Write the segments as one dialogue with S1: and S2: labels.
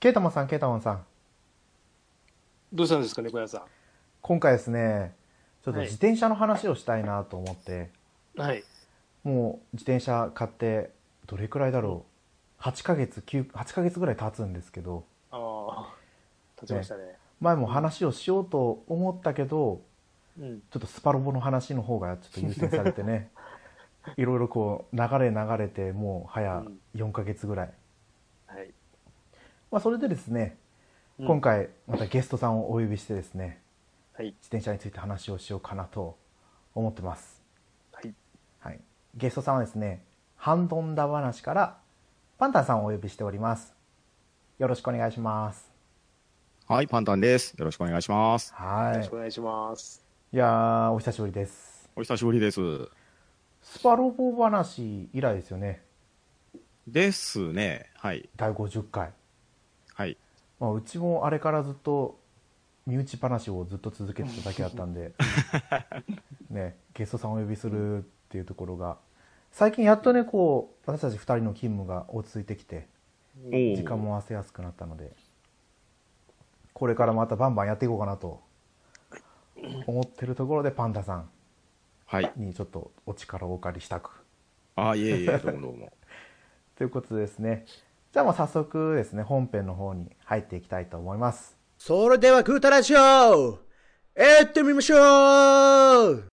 S1: ケイタマンさん、ケイタマンさん。
S2: どうしたんですかね、小屋さ
S1: 今回ですね、ちょっと
S2: はい
S1: 自転車の話をしたいなと思って、
S2: ん。はい。
S1: もう自転車買って、どれくらいだろう。8ヶ月、9、8ヶ月ぐらい経つんですけど、
S2: ああ、立ちましたね。
S1: 前も話をしようと思ったけど、
S2: うん。
S1: ちょっとスパロボの話の方がちょっと優先されて ね、いろいろこう流れ流れて、もう早
S2: うん
S1: 4ヶ月ぐらい。
S2: はい。
S1: まあそれでですね、
S2: うん
S1: 今。回またゲストさんをお呼びしてですね、
S2: はい。
S1: 自転車について話をしようかなと思ってます。
S2: はい。
S1: はい、ゲストさんはですね、ハンドンダ話からパンタンさんをお呼びしております。よろしくお願いします。
S3: はい、パンタンです。よろしくお願いします。
S1: は
S2: よろしく
S1: い。
S2: お願いします。
S1: いやー、お久しぶりです。
S3: お久しぶりです。
S1: スパロボ話以来ですよね。
S3: ですね。はい。
S1: 第50回。
S3: はい。
S1: まあ、うちもあれからずっと身内話をずっと続けてただけだったん で、ね、ゲストさんをお呼びするっていうところが、最近やっとね、こう、私たち2人の勤務が落ち着いてきて、
S2: うん
S3: おー
S1: 時間も合わせやすくなったのでこれからまたバンバンやっていこうかなと思ってるところでパンダさん
S3: はい。
S1: にちょっとお力をお借りしたく
S3: あ、いえい え、どうもどうも。
S1: ということですねじゃあもう早速ですね本編の方に入っていきたいと思います
S4: それではグータラジオ行ってみましょう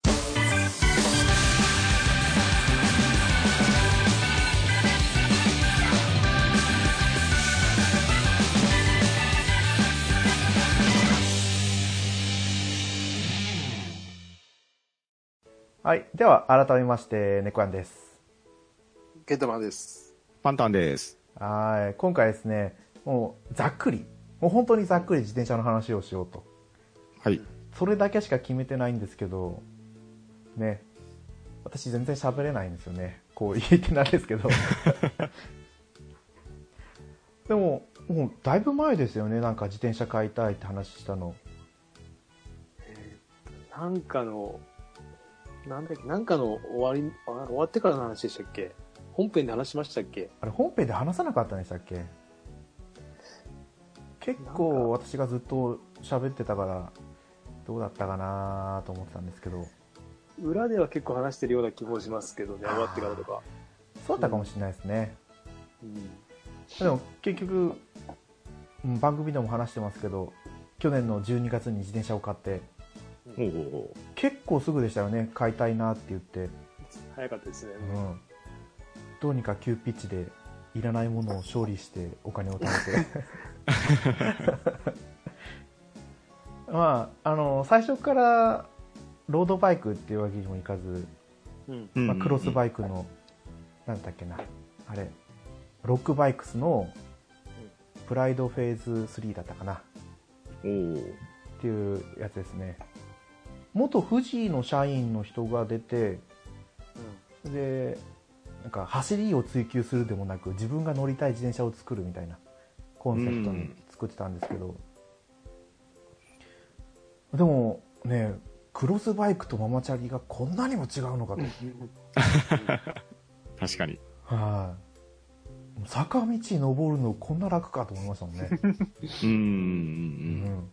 S1: はいでは改めまして猫やんです
S2: ケンタマンです。
S3: パンタンです。
S1: はい今回ですねもうざっくりもう本当にざっくり自転車の話をしようと
S3: はい。
S1: それだけしか決めてないんですけどね私全然喋れないんですよねこう言ってなんですけどでももうだいぶ前ですよねなんか自転車買いたいって話したの
S2: なんかの、なんだっけ、なんかの終わり、あなんか終わってからの話でしたっけ本編で話しましたっけ
S1: あれ本編で話さなかったんでしたっけ結構私がずっと喋ってたからどうだったかなと思ってたんですけど
S2: 裏では結構話してるような気もしますけどね、終わってからとか。
S1: そうだったかもしれないですね、
S2: うん。
S1: でも結局うん番組でも話してますけど去年の12月に自転車を買って
S3: ほうほうほ
S1: 結構すぐでしたよね買いたいなって言って、
S2: 早かったですね。
S1: うん、どうにか急ピッチでいらないものを勝利してお金を貯めて まああの最初からロードバイクっていうわけにもいかず、
S2: うん。
S3: う。
S1: まあ、クロスバ
S3: イ
S1: イクのなんだっけなあれロックバイクスのプライドフェーズ3だったかな
S3: ク。おお。
S1: っていうやつですね元富士の社員の人が出てでなんか走りを追求するでもなく自分が乗りたい自転車を作るみたいなコンセプトに作ってたんですけど、でもねクロスバイクとママチャリがこんなにも違うのかと、
S3: 確かに。
S1: はい坂道登るのこんな楽かと思いましたもんね、
S3: うーん
S1: う
S3: うん。
S1: ん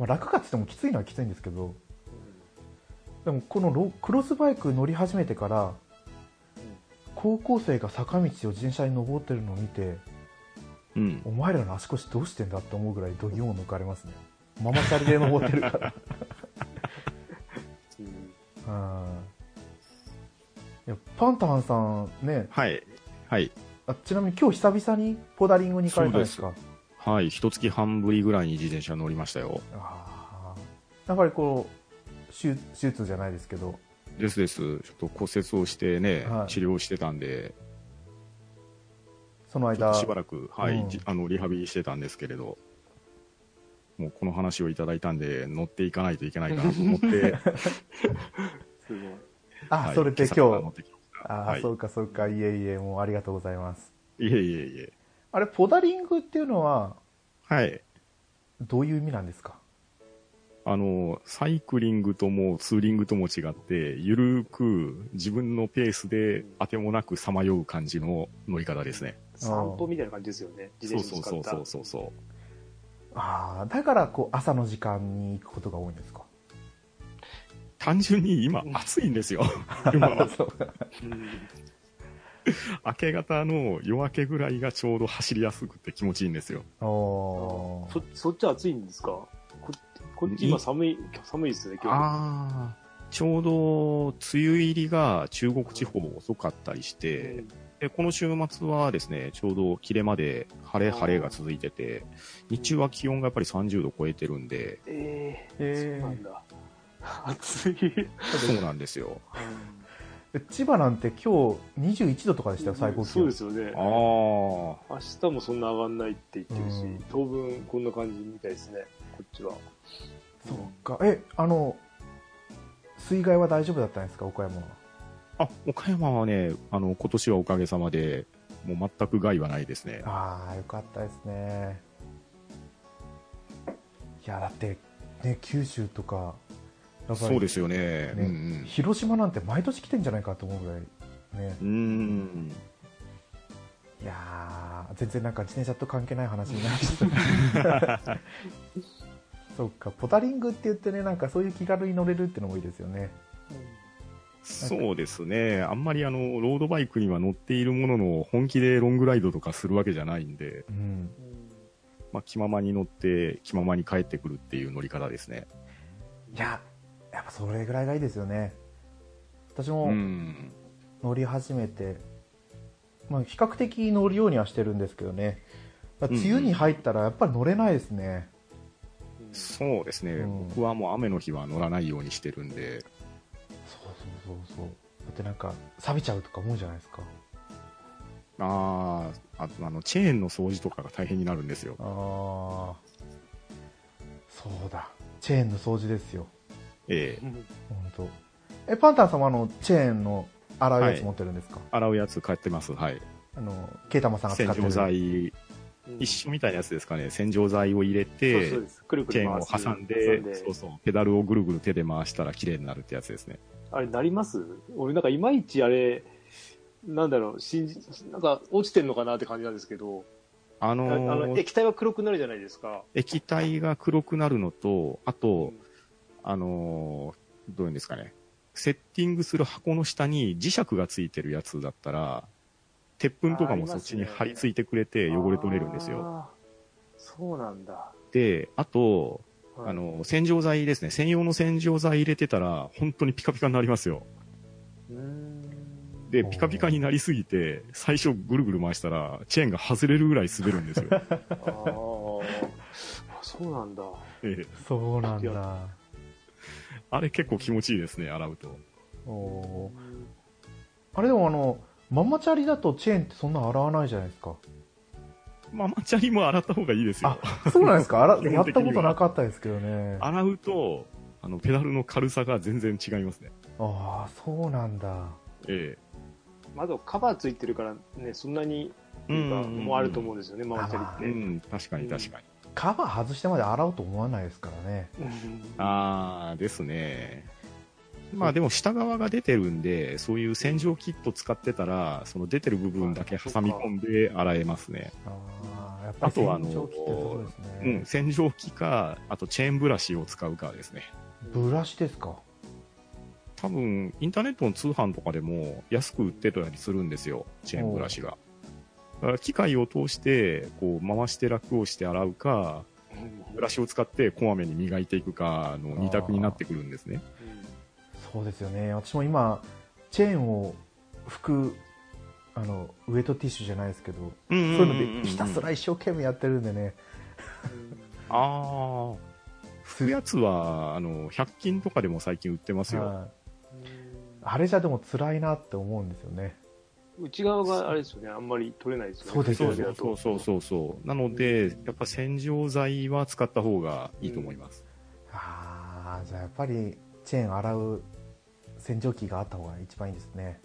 S1: まあ、楽かって言ってもきついのはきついんですけどでもこのロクロスバイク乗り始めてから高校生が坂道を自転車に登ってるのを見て
S3: うん。うん
S1: お前らの足腰どうしてんだって思うぐらい度肝を抜かれますねママチャリで登ってるから
S2: うん。
S1: はいいやパンタンさんね
S3: はい。はい。
S1: あちなみに今日久々にポダリングに行かれたんですか
S3: はい。一月半ぶりぐらいに自転車乗りましたよ。
S1: ああやっぱりこう手手術じゃないですけど
S3: ですです。ちょっと骨折をしてね、
S1: はい
S3: 治療してたんで、
S1: その
S3: ちょっ
S1: 間
S3: としばらく、はい、
S1: うん
S3: じあの、リハビリしてたんですけれど、もうこの話をいただいたんで、乗っていかないといけないかな と思って、
S2: すごい。
S1: あ、
S3: はい
S1: それで
S3: 今朝から乗
S1: 今
S3: っ
S1: 日
S3: てきました
S1: あ、
S3: はい
S1: そうかそうかいえいえもうありがとうございます
S3: いえいえいえ。
S1: あれポダリングっていうのは
S3: はい。
S1: どういう意味なんですか
S3: あの、サイクリングともツーリングとも違って、ゆるく自分のペースで当てもなくさまよう感じの乗り方ですね。
S2: 散歩みたいな感じですよね。自
S3: そう
S2: 転車
S3: そ
S2: 使
S3: う
S2: った。
S3: そうそうそうそ
S1: ああだからこう朝の時間に行くことが多いんですか
S3: う。単純に 今
S2: うん
S3: 暑いんですよ。今は
S1: そう
S2: うん
S3: 明け方の夜明けぐらいがちょうど走りやすくて気持ちいいんですよ。
S1: おー
S2: そそっち暑いんですかここっち今寒い、寒いですね、今
S3: ああ。ちょうど梅雨入りが中国地方も遅かったりし
S2: 日。
S3: て、
S2: うん
S3: でこの週末はですねちょうど切れまで晴れ晴れが続いてて日中は気温がやっぱり30度超えてるんで
S2: ええ
S1: え
S2: そうなんだ。暑い。
S3: そうなんですよ
S1: ー千葉なんて今日21度とかでしたよ最高気
S2: そう
S1: 温
S2: ですよね
S3: あ。あ
S2: 明日もそんな上がんないって言ってるし、
S1: うん
S2: 当分こんな感じみたいですね、こっちは。
S1: そうかえあの水害は大丈夫だったんですか岡山は
S3: あ岡山はねあの今年はおかげさまでもう全く害はないですね
S1: ああよかったですねいやだってね九州とかやっぱり
S3: そうですよね
S1: ね
S3: うん
S1: 広島なんて毎年来てんじゃないかと思うぐらいね
S3: うんうん
S1: いやー全然なんか自転車と関係ない話になりま したそっかポタリングって言ってねなんかそういう気軽に乗れるってのもいいですよね
S3: そうですねあんまりあのロードバイクには乗っているものの本気でロングライドとかするわけじゃないんで、
S1: うん
S3: まあ、気ままに乗って気ままに帰ってくるっていう乗り方ですね
S1: いややっぱそれぐらいがいいですよね私も、
S3: うん
S1: 乗り始めて、まあ、比較的乗るようにはしてるんですけどねだから梅雨に入ったらやっぱり乗れないですね、
S2: うん
S3: そうですね、
S1: うん
S3: 僕はもう雨の日は乗らないようにしてるんで、
S1: そうそうそうそうだってなんか錆びちゃうとか思うじゃないですか
S3: あーああのチェーンの掃除とかが大変になるんですよ
S1: あ。あそうだチェーンの掃除ですよ
S3: ええ
S2: うん
S1: 本当。えパンタンさんはあのチェーンの洗うやつ持ってるんですか、
S3: 洗うやつ買ってます。はい。
S1: あのケイタマさんが使
S3: 洗
S1: って
S3: 浄
S1: る
S3: 剤、
S2: うん
S3: 一緒みたいなやつですかね。洗浄剤を入れ
S2: そうそう
S3: て
S2: で、す。くるく
S3: チェ
S2: る
S3: ーンを
S2: 回す。
S3: 挟んで、
S2: 挟
S3: そうそう、ペダルをぐるぐる手で回したら綺麗になるってやつですね。
S2: あれ、なります俺、なんかいまいちあれ、なんだろう、信じ、なんか落ちてんのかなって感じなんですけど、
S3: あ
S2: あ
S3: の
S2: あの
S3: ー
S2: 液体は黒くなるじゃないですか。
S3: 液体が黒くなるのと、あと、あのーどういうんですかね。セッティングする箱の下に磁石がついてるやつだったら、鉄粉とかもそっちに貼り付いてくれて汚れ取れるんですよ。
S2: あー。そうなんだ。
S3: で、あと、
S2: はい
S3: あ、の、洗浄剤ですね。専用の洗浄剤入れてたら、本当にピカピカになりますよ。
S2: うーん
S3: で、
S1: おー
S3: ピカピカになりすぎて、最初ぐるぐる回したら、チェーンが外れるぐらい滑るんですよ。
S2: あーあ、そうなんだ。
S3: ええ
S1: そうなん
S2: い
S1: だ
S3: あれ結構気持ちいいですね、洗うと。
S1: おーあれでもあのママチャリだとチェーンってそんな洗わないじゃないですか
S3: ママチャリも洗った方がいいですよ。
S1: そうなんですかあら
S3: 基
S1: やった
S3: 本的には
S1: ことなかったですけどね。あ
S3: 洗うと、あの、ペダルの軽さが全然違いますね。
S1: あー、そうなんだ。
S3: え
S2: 窓カバーついてるからね、そんなに、
S3: え。
S2: なんか、もうあると
S3: う
S2: 思うんですよね、ママチャ
S3: う
S2: リって。
S3: ん、確かに確かに。
S1: カバー外してまで洗おうと思わないですからね。
S2: うん
S3: あーですね。まあでも下側が出てるんで、そういう洗浄キット使ってたら、その出てる部分だけ挟み込んで洗えますね。
S1: ああ、やっぱり
S3: あとはあの
S1: 洗浄機ってそうです
S3: う
S1: ね
S3: ん、。洗浄機か、あとチェーンブラシを使うかですね。
S1: ブラシですか。
S3: 多分、インターネットの通販とかでも安く売ってたりするんですよ、チェーンブラシが。だから機械を通して、こう回して楽をして洗うか、ブラシを使ってこまめに磨いていくかの二択になってくるんですね。
S1: そうですよね。私も今、チェーンを拭く、あの、ウエットティッシュじゃないですけど、
S3: そう
S1: そういうのでひたすら一生懸命やってるんでね。
S3: ああ。拭くやつは、あの、100均とかでも最近売ってますよ。
S1: はいあれじゃでも辛いなって思うんですよね。
S2: 内側があれですよね、あんまり取れないですよね。
S1: そうです
S3: そ
S1: よ
S3: う
S1: ね
S3: そうそうそうそうそう。なので、やっぱ洗浄剤は使った方がいいと思います。
S1: ああ、じゃあやっぱりチェーン洗う洗浄機があった方が一番いいですね。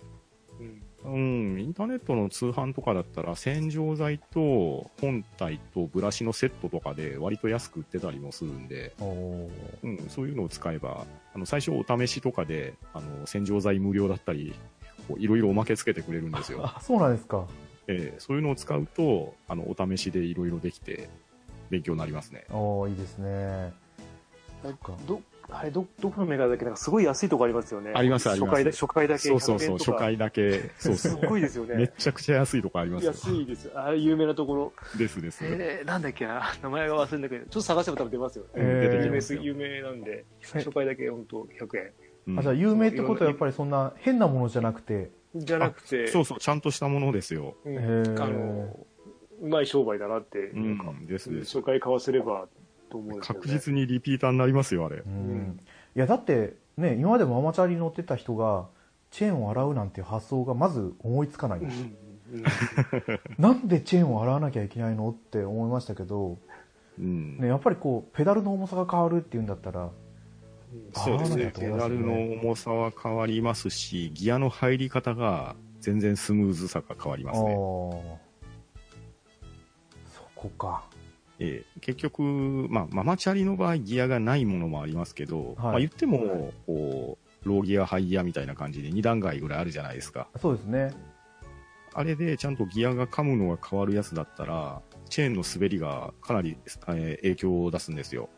S2: うん
S3: うん、インターネットの通販とかだったら洗浄剤と本体とブラシのセットとかで割と安く売ってたりもするんで、
S1: おおー
S3: うん、そういうのを使えばあの最初お試しとかであの洗浄剤無料だったりこういろいろおまけつけてくれるんですよ、
S1: あそうなんですか
S3: ええそういうのを使うとあのお試しでいろいろできて勉強になりますね
S1: おおいいですね
S2: なん
S1: か
S2: ど、あれ、ど、どこのメーカーだっけなんかすごい安いとこありますよね。
S3: ありますあります
S2: 初回だ初回だけ。
S3: そうそうそ
S2: 100
S3: う
S2: 円と
S3: 初
S2: か。
S3: 回だけそう
S2: す
S3: そ
S2: っご
S3: う
S2: いですよ
S3: め
S2: ね。
S3: ちゃくちゃ安いとこありますよ
S2: 安いです。あれ、有名なところ。
S3: ですです、
S2: えー、なんだっけな。名前が忘れんだけど、ちょっと探しても多分出ますよ。
S1: え
S3: うん出て
S2: 有
S3: きま
S2: 名
S3: す
S2: す
S3: よ
S2: 有名なんで、
S1: え
S2: 初回だけ本当100円。
S3: うん
S1: あじゃあ有名ってことはやっぱりそんな変なものじゃなくて、
S2: じゃなくて、
S3: そうそうちゃんとしたものですよ、
S2: うん
S1: へー
S2: あの、うまい商売だなって、
S3: う
S2: なんか
S3: ん、ですです
S2: 初回買わせればと思うんですよね。
S3: 確実にリピーターになりますよあれ
S1: うん
S2: ん
S1: いやだってね今までママチャリに乗ってた人がチェーンを洗うなんていう発想がまず思いつかない、
S2: うん。うん
S1: なんでチェーンを洗わなきゃいけないのって思いましたけど、
S3: うん
S1: ね、やっぱりこうペダルの重さが変わるっていうんだったら
S3: そうですね。
S1: あ
S3: ペ
S1: ー
S3: ダルの重さは変わりますし、ギアの入り方が全然スムーズさが変わり
S1: あ
S3: ま
S1: あ
S3: すね。
S1: そこか
S3: ええ結局、まあ、ママチャリの場合、ギアがないものもありますけど、まあ、言っても、こう、ローギア、ハイギアみたいな感じで2段階ぐらいあるじゃないですか。
S1: そうですね
S3: あれでちゃんとギアが噛むのが変わるやつだったら、チェーンの滑りがかなり、えー影響を出すんですよ。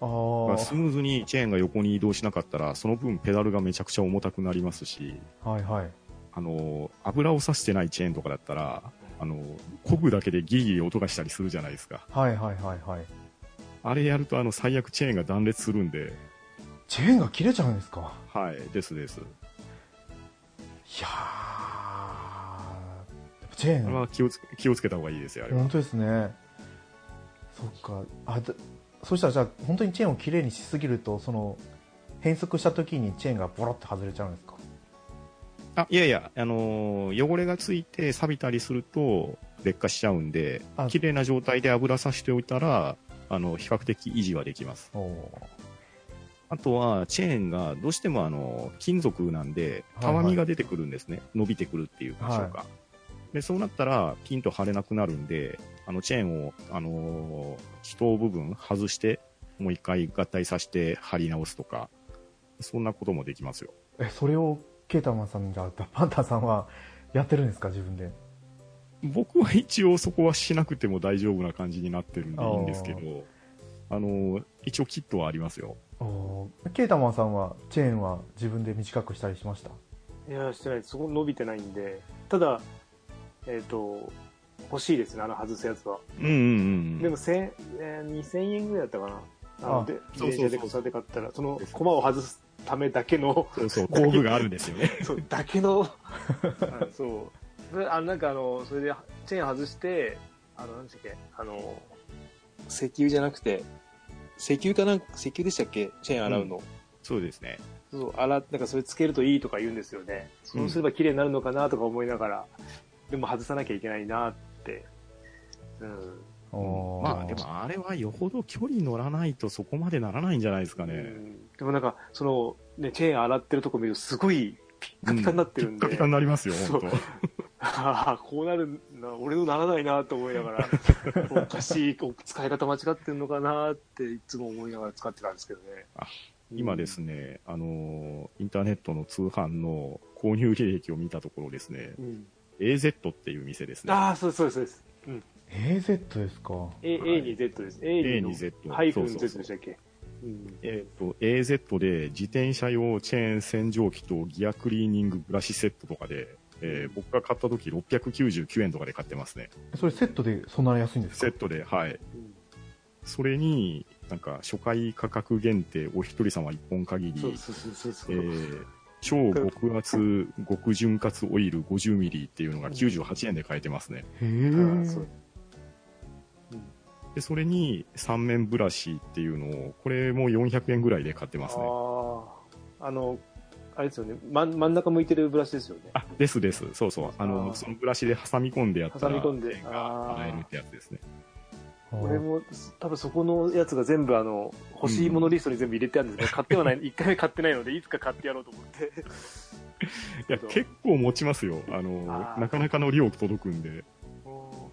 S1: ああ
S3: まあスムーズにチェーンが横に移動しなかったら、その分ペダルがめちゃくちゃ重たくなりますし、
S1: はいはい
S3: あの、油を差してないチェーンとかだったら、あの、漕ぐだけでギリギリ音がしたりするじゃないですか。
S1: はいはいはいはい
S3: あれやると、あの、最悪チェーンが断裂するんで、
S1: チェーンが切れちゃうんですか
S3: はい、ですです。
S1: いやーチェ
S3: これ
S1: ーン
S3: は気をつけ、気をつけた方がいいですよ、あれは
S1: 本。当ですねそっかあだそしたらじゃあ本当にチェーンをきれいにしすぎるとその変速した時にチェーンがボロって外れちゃうんですか
S3: あ、いやいや、あのー汚れがついて錆びたりすると、劣化しちゃうんで
S1: あ、
S3: 綺麗な状態で油さしておいたら、あの、比較的維持はできます。
S1: おお
S3: あとは、チェーンがどうしてもあの金属なんで、
S1: はい
S3: た
S1: はい
S3: わみが出てくるんですね、伸びてくるっていうか、
S1: はい
S3: そうかでそうなったら、ピンと張れなくなるんで、あのチェーンを、あのー人部分外して、もう一回合体させて張り直すとか、そんなこともできますよ。
S1: えそれをケータマンさんが パンタさんはやってるんですか自分で
S3: 僕は一応そこはしなくても大丈夫な感じになってるんでいいんですけど、あのー一応キットはありますよ。
S1: おおケータマンさんはチェーンは自分で短くしたりしました
S2: いや、してないです。そこ伸びてないんで。ただ、えっ、と、欲しいですね、あの外すやつは。
S3: うんうんう
S2: で
S3: ん。
S2: も千、えー、2000円ぐらいだったかな。あ
S1: あ
S2: ので
S3: そうそうそう
S2: 電車で草で買ったら、その駒を外すためだけ の、
S3: そうそう、工具があるんですよね。
S2: そう、だけの、あそう。それあの、なんかあの、それで、チェーン外して、あの、なんでしたっけ、あの、石油じゃなくて、石油かなんか、石油でしたっけチェーン洗うの。
S3: そうですね。
S2: そう、洗って、なんかそれつけるといいとか言うんですよね。そうすれば綺麗になるのかなとか思いながら、でも外さなきゃいけないなって。うん。
S1: おー
S3: まあでもあれはよほど距離乗らないとそこまでならないんじゃないですか
S2: う
S3: ね。
S2: んでもなんか、その、ね、チェーン洗ってるとこ見るとすごいピッカピカになってるんで、
S3: ピッカピカになりますよ、
S2: そう
S3: 本当。
S2: ああ、こうなるな、俺のならないなと思いなが ら、おかしい、お使い方間違ってるのかなっていつも思いながら使ってたんですけどね。
S3: あ今ですね、あのーインターネットの通販の購入履歴を見たところですね、
S2: うん。
S3: AZ っていう店ですね。
S2: ああ、そうです、そうですそうです。うん。
S1: AZ ですか
S2: A,
S3: はい
S2: A に Z です。A に
S3: A2Z
S2: のハイフン
S3: そうそ
S2: Z
S3: うそう
S2: でしたっけうん。
S3: えっ、と、AZ で自転車用チェーン洗浄機とギアクリーニングブラシセットとかで、えー僕が買った時699円とかで買ってますね。
S1: それセットでそんなに安いんです
S3: セ
S1: か
S3: ットで、はい。
S2: うん
S3: それに、なんか初回価格限定お一人様一本限り、
S2: そうそうそうそう。
S3: えー超極厚極潤滑オイル 50ml っていうのが98円で買えてますね。
S1: へ
S2: ああそう
S1: え
S3: で、それに3面ブラシっていうのを、これも400円ぐらいで買ってますね。
S2: ああ、あの、あれですよね、真真ん中向いてるブラシですよね。
S3: あ、ですです。そうそう。あの、
S2: あー
S3: そのブラシで挟み込んでやった
S2: 挟み
S3: ら、
S2: 込んで
S3: が洗えるってやつですね。
S1: あ
S2: 俺も多分そこのやつが全部あの欲しいものリストに全部入れてあるんですね、買ってはない一回目買ってないのでいつか買ってやろうと思って
S3: いや、結構持ちますよ。あの
S2: あ、ー
S3: なかなかの量届くんで。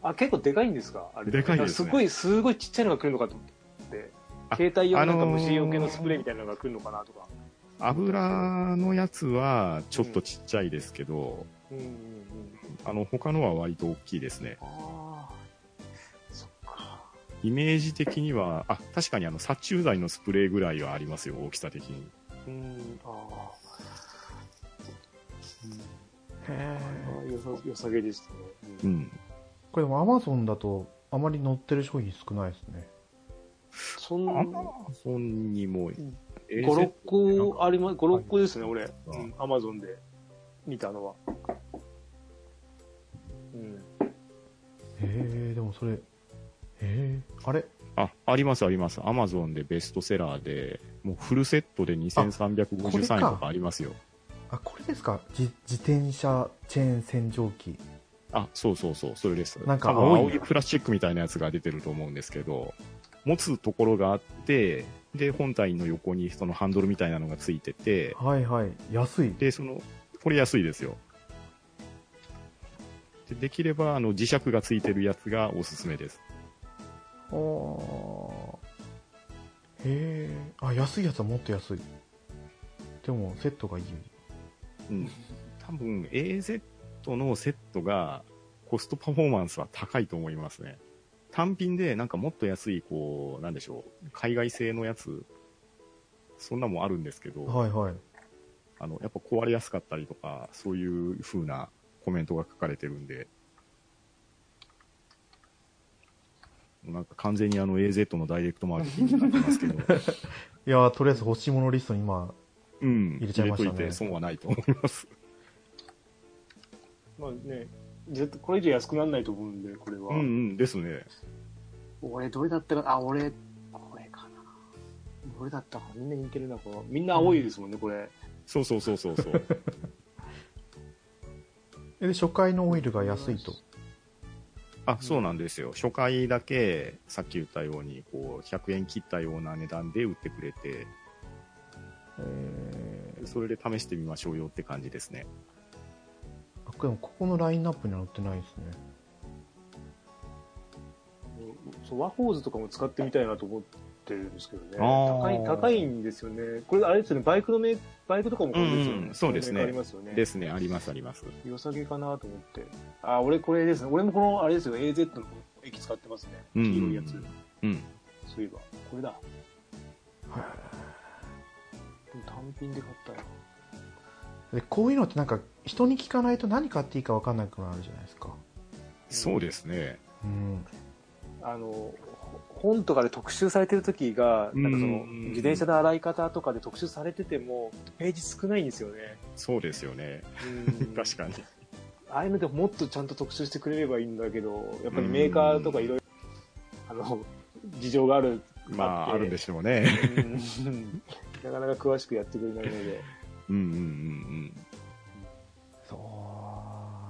S2: あ結構でかいんですかあれ
S3: でかいですね
S2: ごいすごいちっちゃいのが来るのかと思って
S3: あ
S2: 携帯用のなんか
S3: あのー
S2: 虫よけのスプレーみたいなのが来るのかなとか、
S3: 油のやつはちょっとちっちゃいですけど、
S2: うんうんうん
S3: あの、他のは割と大きいですね。
S2: ああそっか
S3: イメージ的には、あ、確かにあの、殺虫剤のスプレーぐらいはありますよ、大きさ的に。
S2: うんあああーよさよさげでしたね、
S3: う
S2: うん
S3: ん。
S1: これでもアマゾンだとあまり載ってる商品少ないですね
S2: そん
S3: アマゾンにも、
S2: ん
S3: え
S2: 56個あります56個ですね俺
S3: あ
S2: アマゾンで見たのはうん
S1: えー、でもそれえー、あれ
S3: あ、ありますあります。アマゾンでベストセラーで、もうフルセットで
S1: あこれ
S3: 2353
S1: か
S3: 円とかありますよ。
S1: あこれですかじ自転車チェーン洗浄機
S3: あ、そうそうそう、それです。
S1: なんか
S3: 多分
S1: 青い
S3: 青いプラスチックみたいなやつが出てると思うんですけど、持つところがあって、で、本体の横にそのハンドルみたいなのがついてて、
S1: はいはい安い
S3: で、その、これ安いですよ。でできれば、あの、磁石がついてるやつがおすすめです。
S1: あーへえあ安いやつはもっと安いでもセットがいい
S3: うん。多分、AZ のセットが、コストパフォーマンスは高いと思いますね。単品で、なんかもっと安い、こう、なんでしょう、海外製のやつ、そんなもんあるんですけど、
S1: はいはい
S3: あの、やっぱ壊れやすかったりとか、そういう風なコメントが書かれてるんで、なんか完全にあの AZ のダイレクトマーケティングになってますけど、
S1: いやーとりあえず欲しいものリストに今
S3: うん、
S1: 入れちゃいましたね
S3: 入といて損はないと思います。
S2: まあね絶これ以上安くならないと思うんでこれは、
S3: うんうん、ですね。
S2: 俺どれだったかあ俺これかなどれだったかみんな似てるなこのみんな青いですもんね、これ
S3: そうそうそうそうそう。
S1: えで初回のオイルが安いと
S3: あ、そうなんですよ。初回だけ、さっき言ったように、こう、100円切ったような値段で売ってくれて、
S1: えー、
S3: それで試してみましょうよって感じですね。
S1: あでもここのラインナップには載ってないですね
S2: そうワホーズとかも使ってみたいなと思ってるんですけどね
S3: あー
S2: 高い高いんですよねこれあれですよねバイクのメーバイクとかもこれですよね、
S3: うんうんそうですね
S2: このメーカーありますよね
S3: ですね、ありますあります。
S2: 良さげかなと思ってあ俺これですね俺もこのあれですよ AZ の液使ってますね
S3: うん
S2: 黄色いやつ、
S3: うん。
S2: そういえばこれだでも単品で買ったよ
S1: でこういうのってなんか人に聞かないと何買っていいか分かんなくなるじゃないですか
S3: そうですね。
S1: うん
S2: あのほ本とかで特集されてる時がなんかその
S3: うん
S2: 自転車の洗い方とかで特集されててもページ少ないんですよね
S3: そうですよね。
S2: うん
S3: 確かに。
S2: ああいうのでもっとちゃんと特集してくれればいいんだけどやっぱりメーカーとかいろいろあの事情があ る
S3: まあ、あるで
S2: し
S3: しょうね。
S2: なかなか詳しくやってくれないので
S3: うんうんうん
S1: そ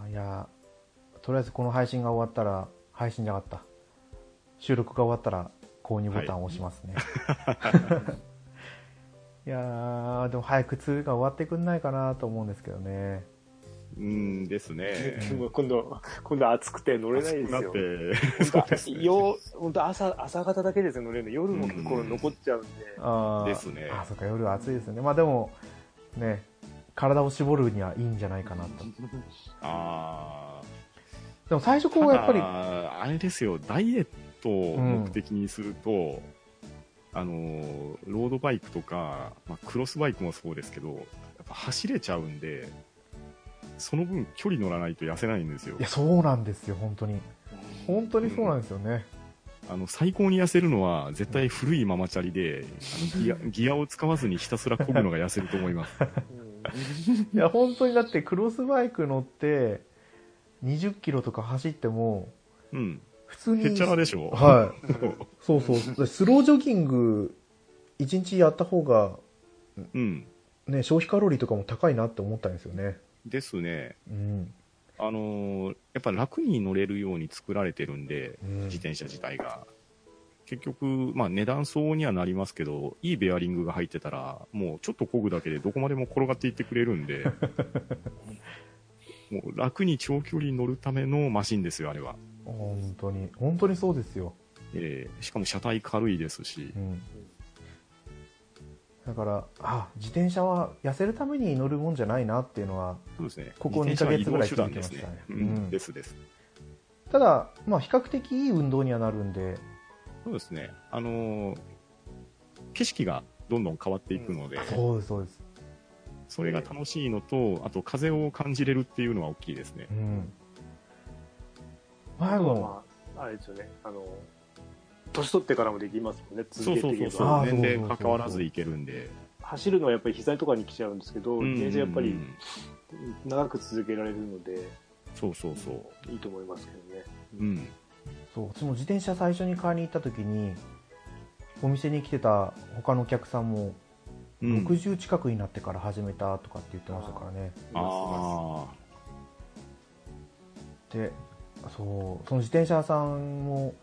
S1: ういやとりあえずこの配信が終わったら配信じゃなかった収録が終わったら購入ボタンを押しますね、 い、やーでも早く2が終わってくんないかなと思うんですけどね
S3: うん。うんですね。
S2: でも今度、今度暑くて乗れないです
S3: だっ
S2: よ。
S3: て、 そうですね。
S2: よ本当朝、朝方だけですよ、乗れるの。夜も結構残っちゃうんで。
S1: あー
S3: ですね
S1: あそっか夜は暑いですねまあでもね体を絞るにはいいんじゃないかなと
S3: ああ。
S1: でも最初こう
S3: た
S1: やっぱり
S3: だ、あれですよ、ダイエットを目的にすると、あの、ロードバイクとか、まあ、クロスバイクもそうですけど、やっぱ走れちゃうんで、その分距離乗らないと痩せないんですよ
S1: いや。そうなんですよ本当に本当にそうなんですよね、
S3: あの、最高に痩せるのは、絶対古いママチャリで、あ のギア、ギアを使わずにひたすら漕ぐのが痩せると思います。
S1: いや本当にだってクロスバイク乗って20キロとか走っても
S3: うん。
S1: 普通に
S3: へっちゃらでしょ
S1: はい
S2: うん
S1: そうそうスロージョギング1日やった方が
S3: うん。
S1: ね消費カロリーとかも高いなって思ったんですよね
S3: ですね。
S1: うん、
S3: あのーやっぱ楽に乗れるように作られてるんで、
S1: うん
S3: 自転車自体が。結局、まあ値段相応にはなりますけど、いいベアリングが入ってたら、もうちょっと漕ぐだけでどこまでも転がっていってくれる んで、もう楽に長距離に乗るためのマシンですよ、あれは。
S1: 本当に本当にそうですよ、
S3: えーしかも車体軽いですし
S1: う、ん、だからあ自転車は痩せるために乗るもんじゃないなっていうのは
S3: そうですね。
S1: ここ
S3: 自
S1: 2ヶ
S3: 転車は移
S1: 月ぐ
S3: 動
S1: らい気
S3: 手
S1: づ
S3: 段
S1: き
S3: で
S1: ますした
S3: ね
S1: ね。
S3: う、
S1: うんん
S3: ですです。
S1: ただ、まあ、比較的いい運動にはなるんで、
S3: そうですね。あのー景色がどんどん変わっていくので、
S1: そうですそうです、
S3: それが楽しいのと、あと風を感じれるっていうのは大きいですね
S1: う。ん、前も、
S2: まあ、あれですよね。あの、年取ってからもできますもんね。
S3: そう
S2: 続け
S3: そ
S2: て
S3: う
S2: いけ
S3: そ
S2: ば
S3: うそ
S1: あ
S3: う。
S1: ー
S3: 年
S1: そうそうそうそう
S3: 齢関わらずいけるんで。
S2: 走るのはやっぱり膝とかに来ちゃうんですけど、自転車やっぱ
S3: う
S2: り
S3: ん
S2: 長く続けられるので、
S3: そうそうそう。
S2: いいと思いますけどね。
S3: うん。
S1: そう私も自転車最初に買いに行った時にお店に来てた他のお客さんも
S3: うん
S1: 60近くになってから始めたとかって言ってましたからね、
S3: ああ。
S1: でそうその自転車屋さんも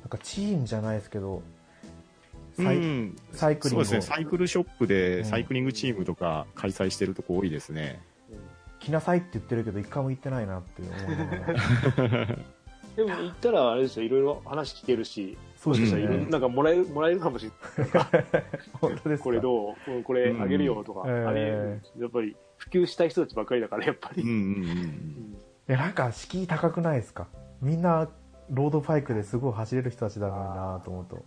S1: なんかチームじゃないですけどサイ,、
S3: うん
S1: サイクリ
S3: そ
S1: ン
S3: う
S1: グ
S3: ですね。サイクルショッ
S1: う
S3: プ
S1: ん
S3: でサイクリングチームとか開催してるとこ多いですね。
S1: 来なさいって言ってるけど一回も行ってないなって思いながら
S2: うんでも行ったらあれですよ、いろいろ話聞けるし、
S1: そうです
S2: いろいろ
S1: ね
S2: なんかもらえる、もらえるかもしれない。
S1: 本当ですか
S2: これどううんこれあげるよとか、
S1: うん
S2: あれ
S1: え
S2: やっぱり普及したい人たちばっかりだからやっぱ
S3: う
S2: り、
S3: んうんうんう。
S2: うんん
S1: えなんか敷居高くないですかみんなロードバイクですごい走れる人たちだのになと思うと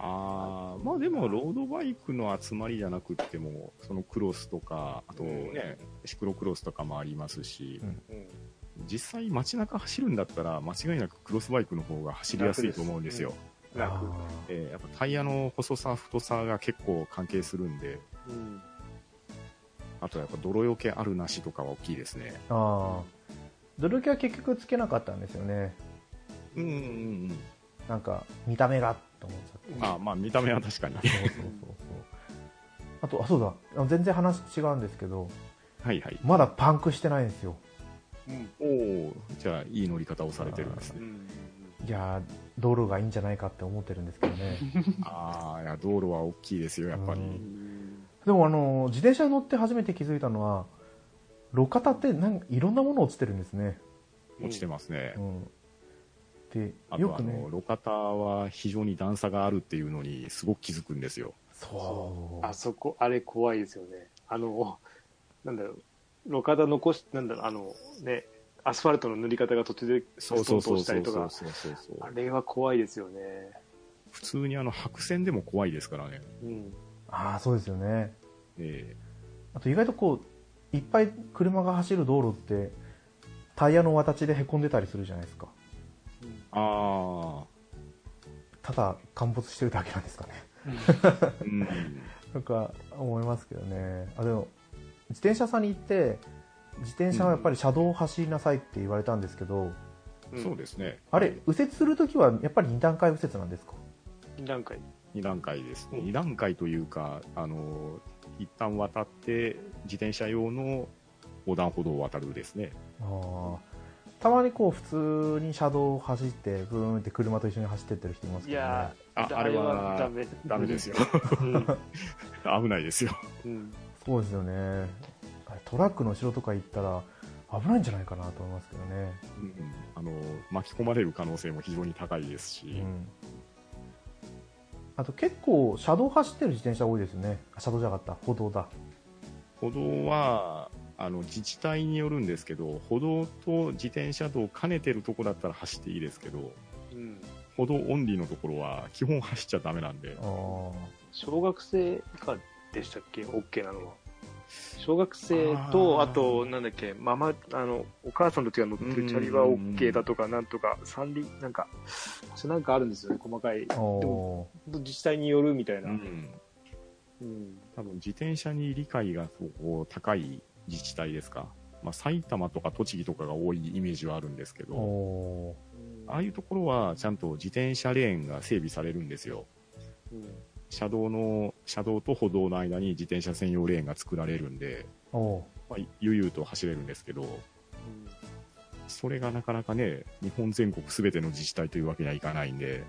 S3: ああ、まあでも、ロードバイクの集まりじゃなくっても、そのクロスとか、あとね、シクロクロスとかもありますし、実際街中走るんだったら、間違いなくクロスバイクの方が走りやすいと思うんですよ。
S2: 楽、
S1: あ
S3: えーやっぱタイヤの細さ、太さが結構関係するんで、
S2: うん
S3: あとやっぱ泥よけあるなしとかは大きいですね。
S1: ーあードルキは結局つけなかったんですよね
S3: うんうんうん
S1: なんか見た目がと思っちゃって
S3: うん。あーまあ見た目は確かに。
S1: そ うそうそうそうあとあそうだあの全然話違うんですけど
S3: はいはい。
S1: まだパンクしてないんですよ
S2: うん
S3: おおじゃあいい乗り方をされてるんです
S2: う
S3: ね。
S2: ん
S1: いやー道路がいいんじゃないかって思ってるんですけど ね
S3: ああ、いや、道路は大きいですよ、やっぱり。
S1: う
S2: うん
S3: うん
S1: でもあの自転車に乗って初めて気づいたのは路肩ってなんかいろんなもの落ちてるんですね、
S3: 落ちてますね。
S1: うん、で
S3: あ
S1: よ
S3: とあ
S1: くね
S3: の、路肩は非常に段差があるっていうのにすごく気づくんですよ。
S1: そう
S2: あそこあれ怖いですよねあのなんだろう路肩残しなんだろうあのねアスファルトの塗り方が途中でストンと落ちたりとか
S3: そうそうそう
S2: あれは怖いですよね
S3: 普通にあの、白線でも怖いですからね。
S2: うん
S1: ああそうですよね
S3: え
S1: あと意外とこういっぱい車が走る道路ってタイヤの形でへこんでたりするじゃないですか
S3: えあ
S1: ただ陥没してるだけなんですかね
S3: あ、うん。
S1: なんか思いますけどねあでも自転車屋さんに行って自転車はやっぱり車道を走りなさいって言われたんですけど、
S3: そうですね。
S1: あれ右折するときはやっぱり2段階右折なんですか
S2: 2段階
S3: 二段階ですね。
S2: うん
S3: 二段階というか、あの、一旦渡って、自転車用の横断歩道を渡るですね。
S1: ああたまにこう普通に車道を走ってブーンって車と一緒に走ってってる人います
S2: い
S1: けどね
S2: や
S3: あ、
S2: ー
S3: あれは
S2: ダメ
S3: ダメですよ。
S2: うん
S3: 危ないですよ。
S2: うん
S1: そうですよねあれトラックの後ろとか行ったら危ないんじゃないかなと思いますけどね、
S3: うんあの、巻き込まれる可能性も非常に高いですし。
S1: うんあと結構車道走ってる自転車多いですねあ車道じゃなかった歩道だ
S3: 歩道はあの自治体によるんですけど歩道と自転車道を兼ねてるとこだったら走っていいですけど
S2: うん
S3: 歩道オンリーのところは基本走っちゃダメなんで
S1: あー
S2: 小学生以下でしたっけ OK なのは小学生と
S3: あ
S2: あ
S3: ー
S2: となんだっけママあのお母さんたちが乗ってるチャリは OK だとかなんとか三輪なんかそうなんかあるんですよね細かい
S1: お
S2: 自治体によるみたいな、うん
S3: 多分自転車に理解がこう高い自治体ですか、まあ、埼玉とか栃木とかが多いイメージはあるんですけ
S1: ー
S3: ど
S1: お
S3: ああいうところはちゃんと自転車レーンが整備されるんですよ
S2: うん
S3: 車道の車道と歩道の間に自転車専用レーンが作られるんで、
S1: ーお
S3: まあ、悠々と走れるんですけどそれがなかなかね、日本全国すべての自治体というわけにはいかないんで、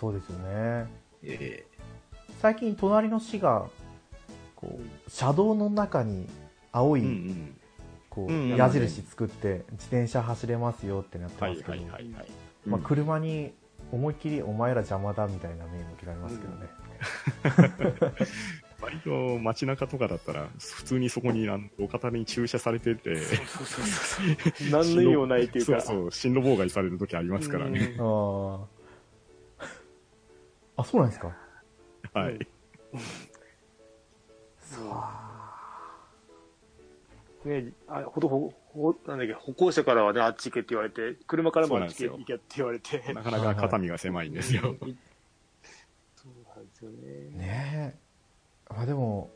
S1: そうですよね
S3: え
S1: 最近隣の市がこ
S2: うん
S1: う車道の中に青
S3: うんう
S1: い
S3: ん。
S1: こ
S3: うん
S1: う矢印作って自転車走れますよってなって
S3: は
S1: ま
S3: い
S1: すけ
S3: は
S1: ど
S3: いはいはい。
S1: まあ
S3: うん
S1: 車に思いっきりお前ら邪魔だみたいな目向けられますけどね
S3: 割と街中とかだったら、普通にそこにあのお片目に駐車されてて、
S2: そうそうそう。 何の意味もないっていうか。
S3: そうそう、進路妨害される時ありますからね。
S1: あーあそうなんですか
S2: ん
S3: はい。
S2: そう。ねあ、ほどほ、ほ、なんだっけ、歩行者からはね、あっち行けって言われて、車からもあっち
S3: そう
S2: 行
S3: なん
S2: け行けっ
S3: で
S2: て言われて。
S3: なかなか肩身が狭い んですよ。
S2: そうなんですよね。
S1: ねえまあでも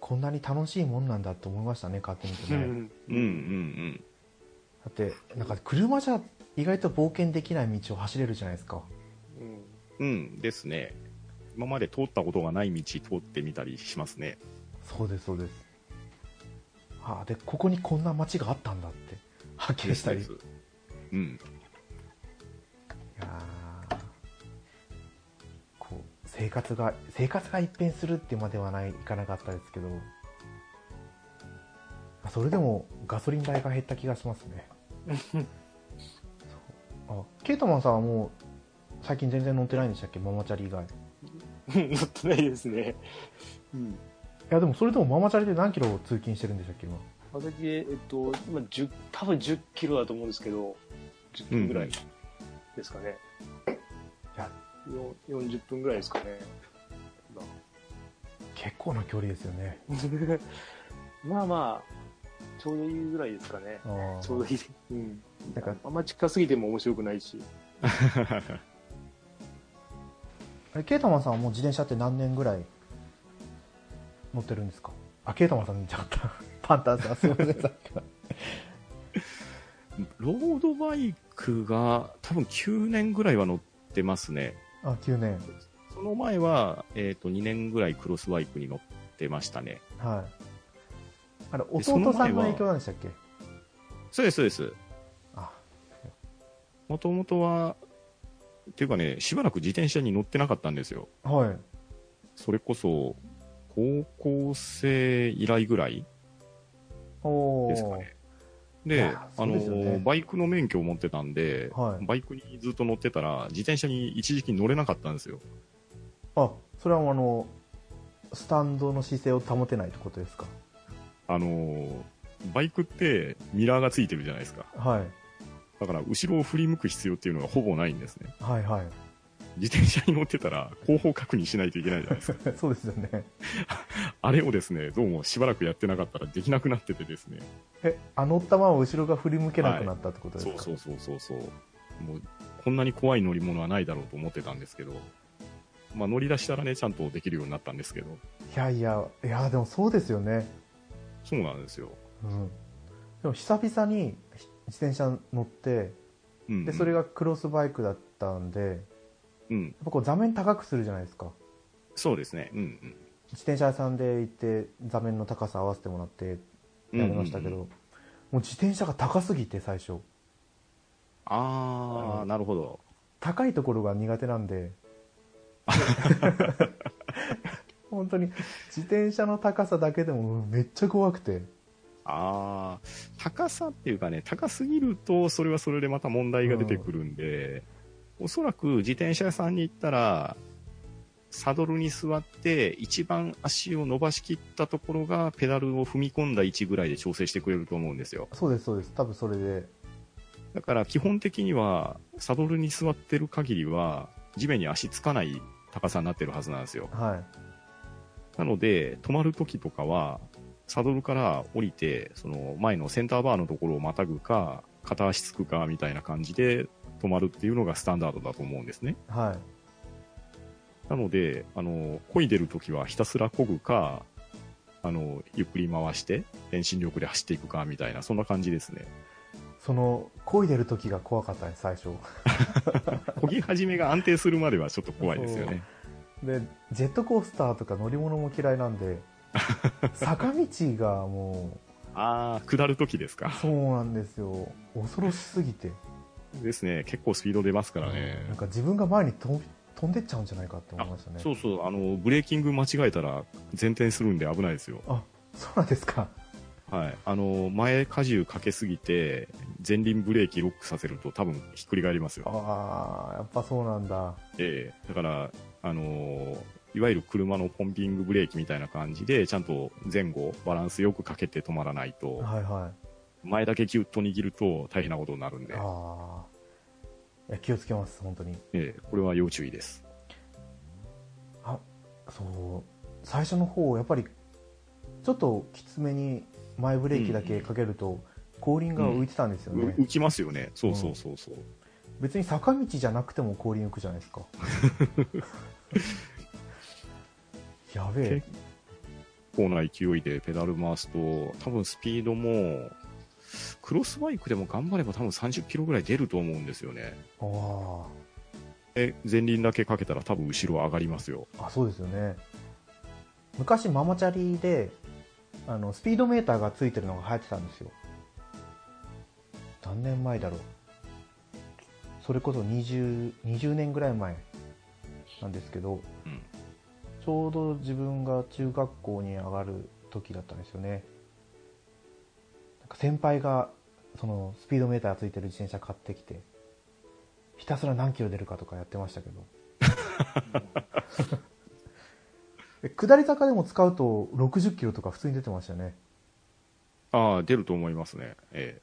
S1: こんなに楽しいもんなんだと思いましたね買ってみてね、
S2: う
S1: だ
S2: ん。
S3: うんうん
S1: ってなんか車じゃ意外と冒険できない道を走れるじゃないですか
S2: うん。
S3: うん。うんですね。今まで通ったことがない道通ってみたりしますね。
S1: そうですそうですあでここにこんな街があったんだって発見したりい
S3: ですうん。
S1: やーこう生活が生活が一変するってまではないいかなかったですけどあそれでもガソリン代が減った気がしますねあケイトマンさんはもう最近全然乗ってないんでしたっけママチャリ以外い
S2: 乗ってないですね。うん。
S1: やでもそれでもママチャリで何キロ通勤してるんでしたっけ今
S2: 私、えっと、今、10、多分10キロだと思うんですけど、10分ぐらいですかね。
S1: いや
S2: よ40分ぐらいですかね。今
S1: 結構な距離ですよね
S2: まあまあ、ちょうどいいぐらいですかね。
S1: あー
S2: ちょうどいい。うん。
S1: なんか
S2: あんま近すぎても面白くないし。
S1: えケイタマンさんはもう自転車って何年ぐらい乗ってるんですかあケイタマンさん見ちゃった パンタンさんすいませんさっきから
S3: ロードバイクが多分9年ぐらいは乗ってますね。
S1: あ9年
S3: その前は、えっ、と、2年ぐらいクロスバイクに乗ってましたね。
S1: はいあれ
S3: でその
S1: 弟さんの
S3: 前は
S1: 影響なんでしたっけ
S3: そうです、そうです。
S1: あ
S3: もともとは、っていうかね、しばらく自転車に乗ってなかったんですよ。
S1: はい
S3: それこそ、高校生以来ぐらい
S1: おお
S3: ですかね。
S1: い
S3: で、
S1: やー
S3: あ
S1: そう
S3: の、
S1: ですよね
S3: バイクの免許を持ってたんで、
S1: はい
S3: バイクにずっと乗ってたら、自転車に一時期乗れなかったんですよ。
S1: あそれはもうあのスタンドの姿勢を保てないってことですか
S3: あの、バイクってミラーがついてるじゃないですか。
S1: はい
S3: だから、後ろを振り向く必要っていうのがほぼないんですね。
S1: はいはい
S3: 自転車に乗ってたら、後方確認しないといけないじゃないですか。
S1: そうですよね
S3: あれをですね、どうもしばらくやってなかったらできなくなっててですね。
S1: えあ乗ったまま後ろが振り向けなくなったってことですか、
S3: そうそうそうそうそうもうこんなに怖い乗り物はないだろうと思ってたんですけど、まあ、乗り出したらねちゃんとできるようになったんですけど
S1: いやいやいやでもそうですよね
S3: そうなんですよ、
S1: うんでも久々に自転車乗って
S3: うんうん
S1: でそれがクロスバイクだったんでやっ
S3: うん
S1: ぱこう座面高くするじゃないですか
S3: そうですねうん
S1: 自転車屋さんで行って座面の高さ合わせてもらって
S3: うん
S1: やりましたけど、
S3: うんうんうん
S1: もう自転車が高すぎて最初
S3: ああなるほど
S1: 高いところが苦手なん で本当に自転車の高さだけでもめっちゃ怖くて
S3: ああ高さっていうかね高すぎるとそれはそれでまた問題が出てくるんで、おそらく自転車屋さんに行ったらサドルに座って一番足を伸ばしきったところがペダルを踏み込んだ位置ぐらいで調整してくれると思うんですよ
S1: そうですそうです多分それで
S3: だから基本的にはサドルに座ってる限りは地面に足つかない高さになってるはずなんですよ
S1: はい
S3: なので止まる時とかはサドルから降りてその前のセンターバーのところをまたぐか片足つくかみたいな感じで止まるっていうのがスタンダードだと思うんですね
S1: はい
S3: なのであの漕いでる時はひたすら漕ぐかあのゆっくり回して遠心力で走っていくかみたいなそんな感じですね
S1: その漕いでる時が怖かったね最初
S3: 漕ぎ始めが安定するまではちょっと怖いですよね
S1: で ジェットコースターとか乗り物も嫌いなんで坂道がもう
S3: ああ、下るときですか。
S1: そうなんですよ恐ろしすぎて、
S3: ですね。結構スピード出ますからね。
S1: なんか自分が前に飛び飛んでっちゃうんじゃないかって思いましたね
S3: そうそう、あの、ブレーキング間違えたら前転するんで危ないですよ。
S1: あそうなんですか
S3: はい。あの、前荷重かけすぎて、前輪ブレーキロックさせると多分ひっくり返りますよ。
S1: ああやっぱそうなんだ
S3: ええだから、あの、いわゆる車のポンピングブレーキみたいな感じで、ちゃんと前後、バランスよくかけて止まらないと、
S1: はいはい
S3: 前だけギュッと握ると大変なことになるんで、
S1: ああいや気をつけます本当に
S3: ええこれは要注意です。
S1: あそう最初の方やっぱりちょっときつめに前ブレーキだけかけると後輪が浮いてたんですよね、
S3: う浮きますよね。そうそうそうそう。
S1: 別に坂道じゃなくても後輪浮くじゃないですかやべえ
S3: 結構な勢いでペダル回すと、多分スピードも、クロスバイクでも頑張れば多分30キロぐらい出ると思うんですよね。
S1: あー
S3: え、前輪だけかけたら多分後ろ上がりますよ。
S1: あそうですよね昔ママチャリであのスピードメーターがついてるのが流行ってたんですよ何年前だろうそれこそ 20, 20年ぐらい前なんですけど、
S3: うん
S1: ちょうど自分が中学校に上がる時だったんですよねなんか先輩がそのスピードメーターついてる自転車買ってきてひたすら何キロ出るかとかやってましたけどえ下り坂でも使うと60キロとか普通に出てましたね
S3: ああ、出ると思いますね。え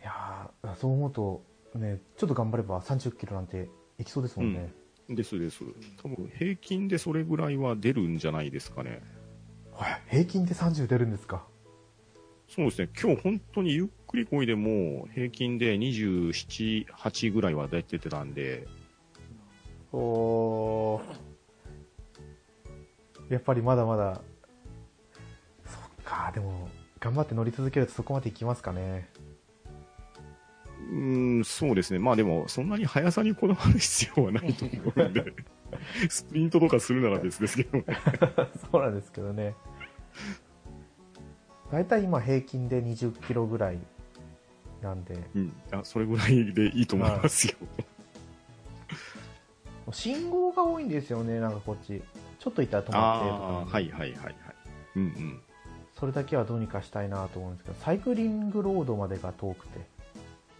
S1: いやーそう思うとねちょっと頑張れば30キロなんていきそうですもんね、
S3: えですです。多分平均でそれぐらいは出るんじゃないですかね。
S1: はい平均で30出るんですか
S3: そうですね。今日本当にゆっくりこいでも平均で27、8ぐらいは出てたんで、
S1: おやっぱりまだまだそっかでも頑張って乗り続けるとそこまでいきますかね
S3: うーん、そうですね。まあでも、そんなに速さにこだわる必要はないと思う んで、スプリントとかするなら別ですけどね。
S1: そうなんですけどね。大体今平均で20キロぐらいなんで、
S3: うん。あ、それぐらいでいいと思いますよ。
S1: 信号が多いんですよね、なんかこっち。ちょっと行ったら止ま
S3: あ
S1: っ
S3: あ
S1: て
S3: ー、
S1: とか、
S3: はいはいはいはい。うんうん。
S1: それだけはどうにかしたいなと思うんですけど、サイクリングロードまでが遠くて。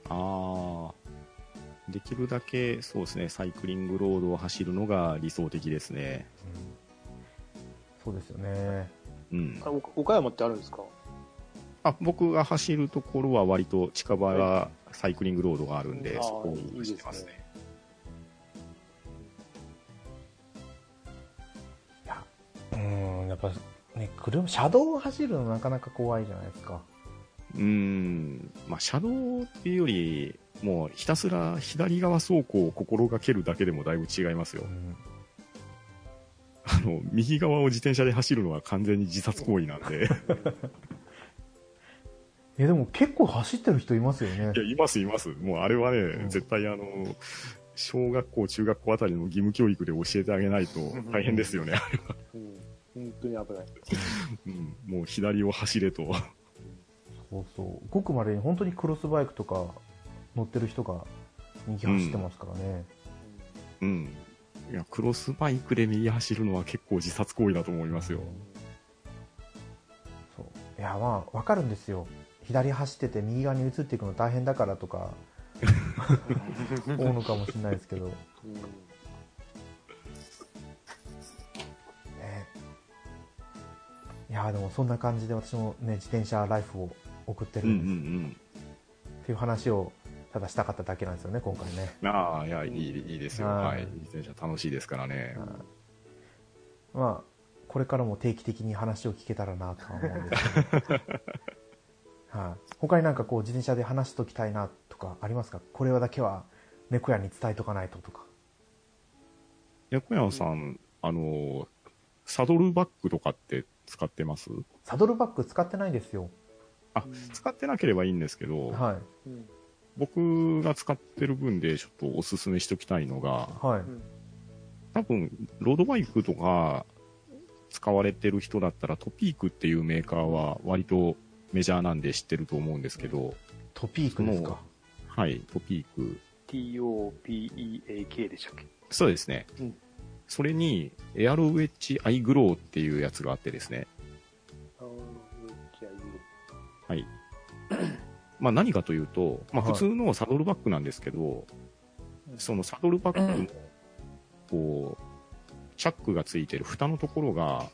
S3: ああ、できるだけ、そうですね、サイクリングロードを走るのが理想的ですね。
S1: そうですよね。
S3: うん。
S2: あお岡山ってあるんですか
S3: あ、僕が走るところは割と近場はサイクリングロードがあるんで、
S2: あー
S3: そこを
S2: いいですね
S3: 走ってますね。
S1: うん、やっぱね、車、車道を走るのなかなか怖いじゃないですか。
S3: うーん、まあ、車道っていうより、もうひたすら左側走行を心がけるだけでもだいぶ違いますよ
S1: う。ん、
S3: あの、右側を自転車で走るのは完全に自殺行為なんで。
S1: え、でも結構走ってる人いますよね
S3: い。や、いますいます。もうあれはね、
S1: ん
S3: 絶対あの、小学校、中学校あたりの義務教育で教えてあげないと大変ですよね。
S2: うん。本当に危ない。
S3: うん、もう左を走れと。
S1: そうそうごくまれに本当にクロスバイクとか乗ってる人が右走ってますからね、
S3: うん。いや、クロスバイクで右走るのは結構自殺行為だと思いますよ。
S1: そういやまあわかるんですよ左走ってて右側に移っていくの大変だからとか思うのかもしれないですけど、ね、
S2: うんうん
S1: いやでもそんな感じで私もね自転車ライフを送って
S3: う
S1: る
S3: んうん
S1: です、
S3: ん
S1: っていう話をただしたかっただけなんですよね今回ね
S3: うん。ああ、いや、いい、いいですよ。
S1: は
S3: はいい。自転車楽しいですからね。
S1: まあこれからも定期的に話を聞けたらなとは思うんですけど はい、他になんかこう自転車で話しときたいなとかありますかこれはだけは猫屋に伝えとかないととか
S3: 横山さん、あの、サドルバッグとかって使ってます
S1: サドルバッグ使ってないんですよ
S3: あ、使ってなければいいんですけど、
S1: は
S2: うん
S3: 僕が使ってる分でちょっとおすすめしておきたいのが、
S1: いはい、
S2: うん
S3: 多分、ロードバイクとか、使われてる人だったらトピークっていうメーカーは割とメジャーなんで知ってると思うんですけど、
S1: トピークですか。
S3: はい、トピーク。
S2: TOPEAK でしたっけ
S3: そうですね。
S2: うん
S3: それに、エアロウェッジアイグローっていうやつがあってですね。
S2: あーじゃあいいね
S3: はい。まあ何かというと、まあ
S1: はい
S3: 普通のサドルバックなんですけど、そのサドルバックの、こう、チャックがついてる蓋のところが、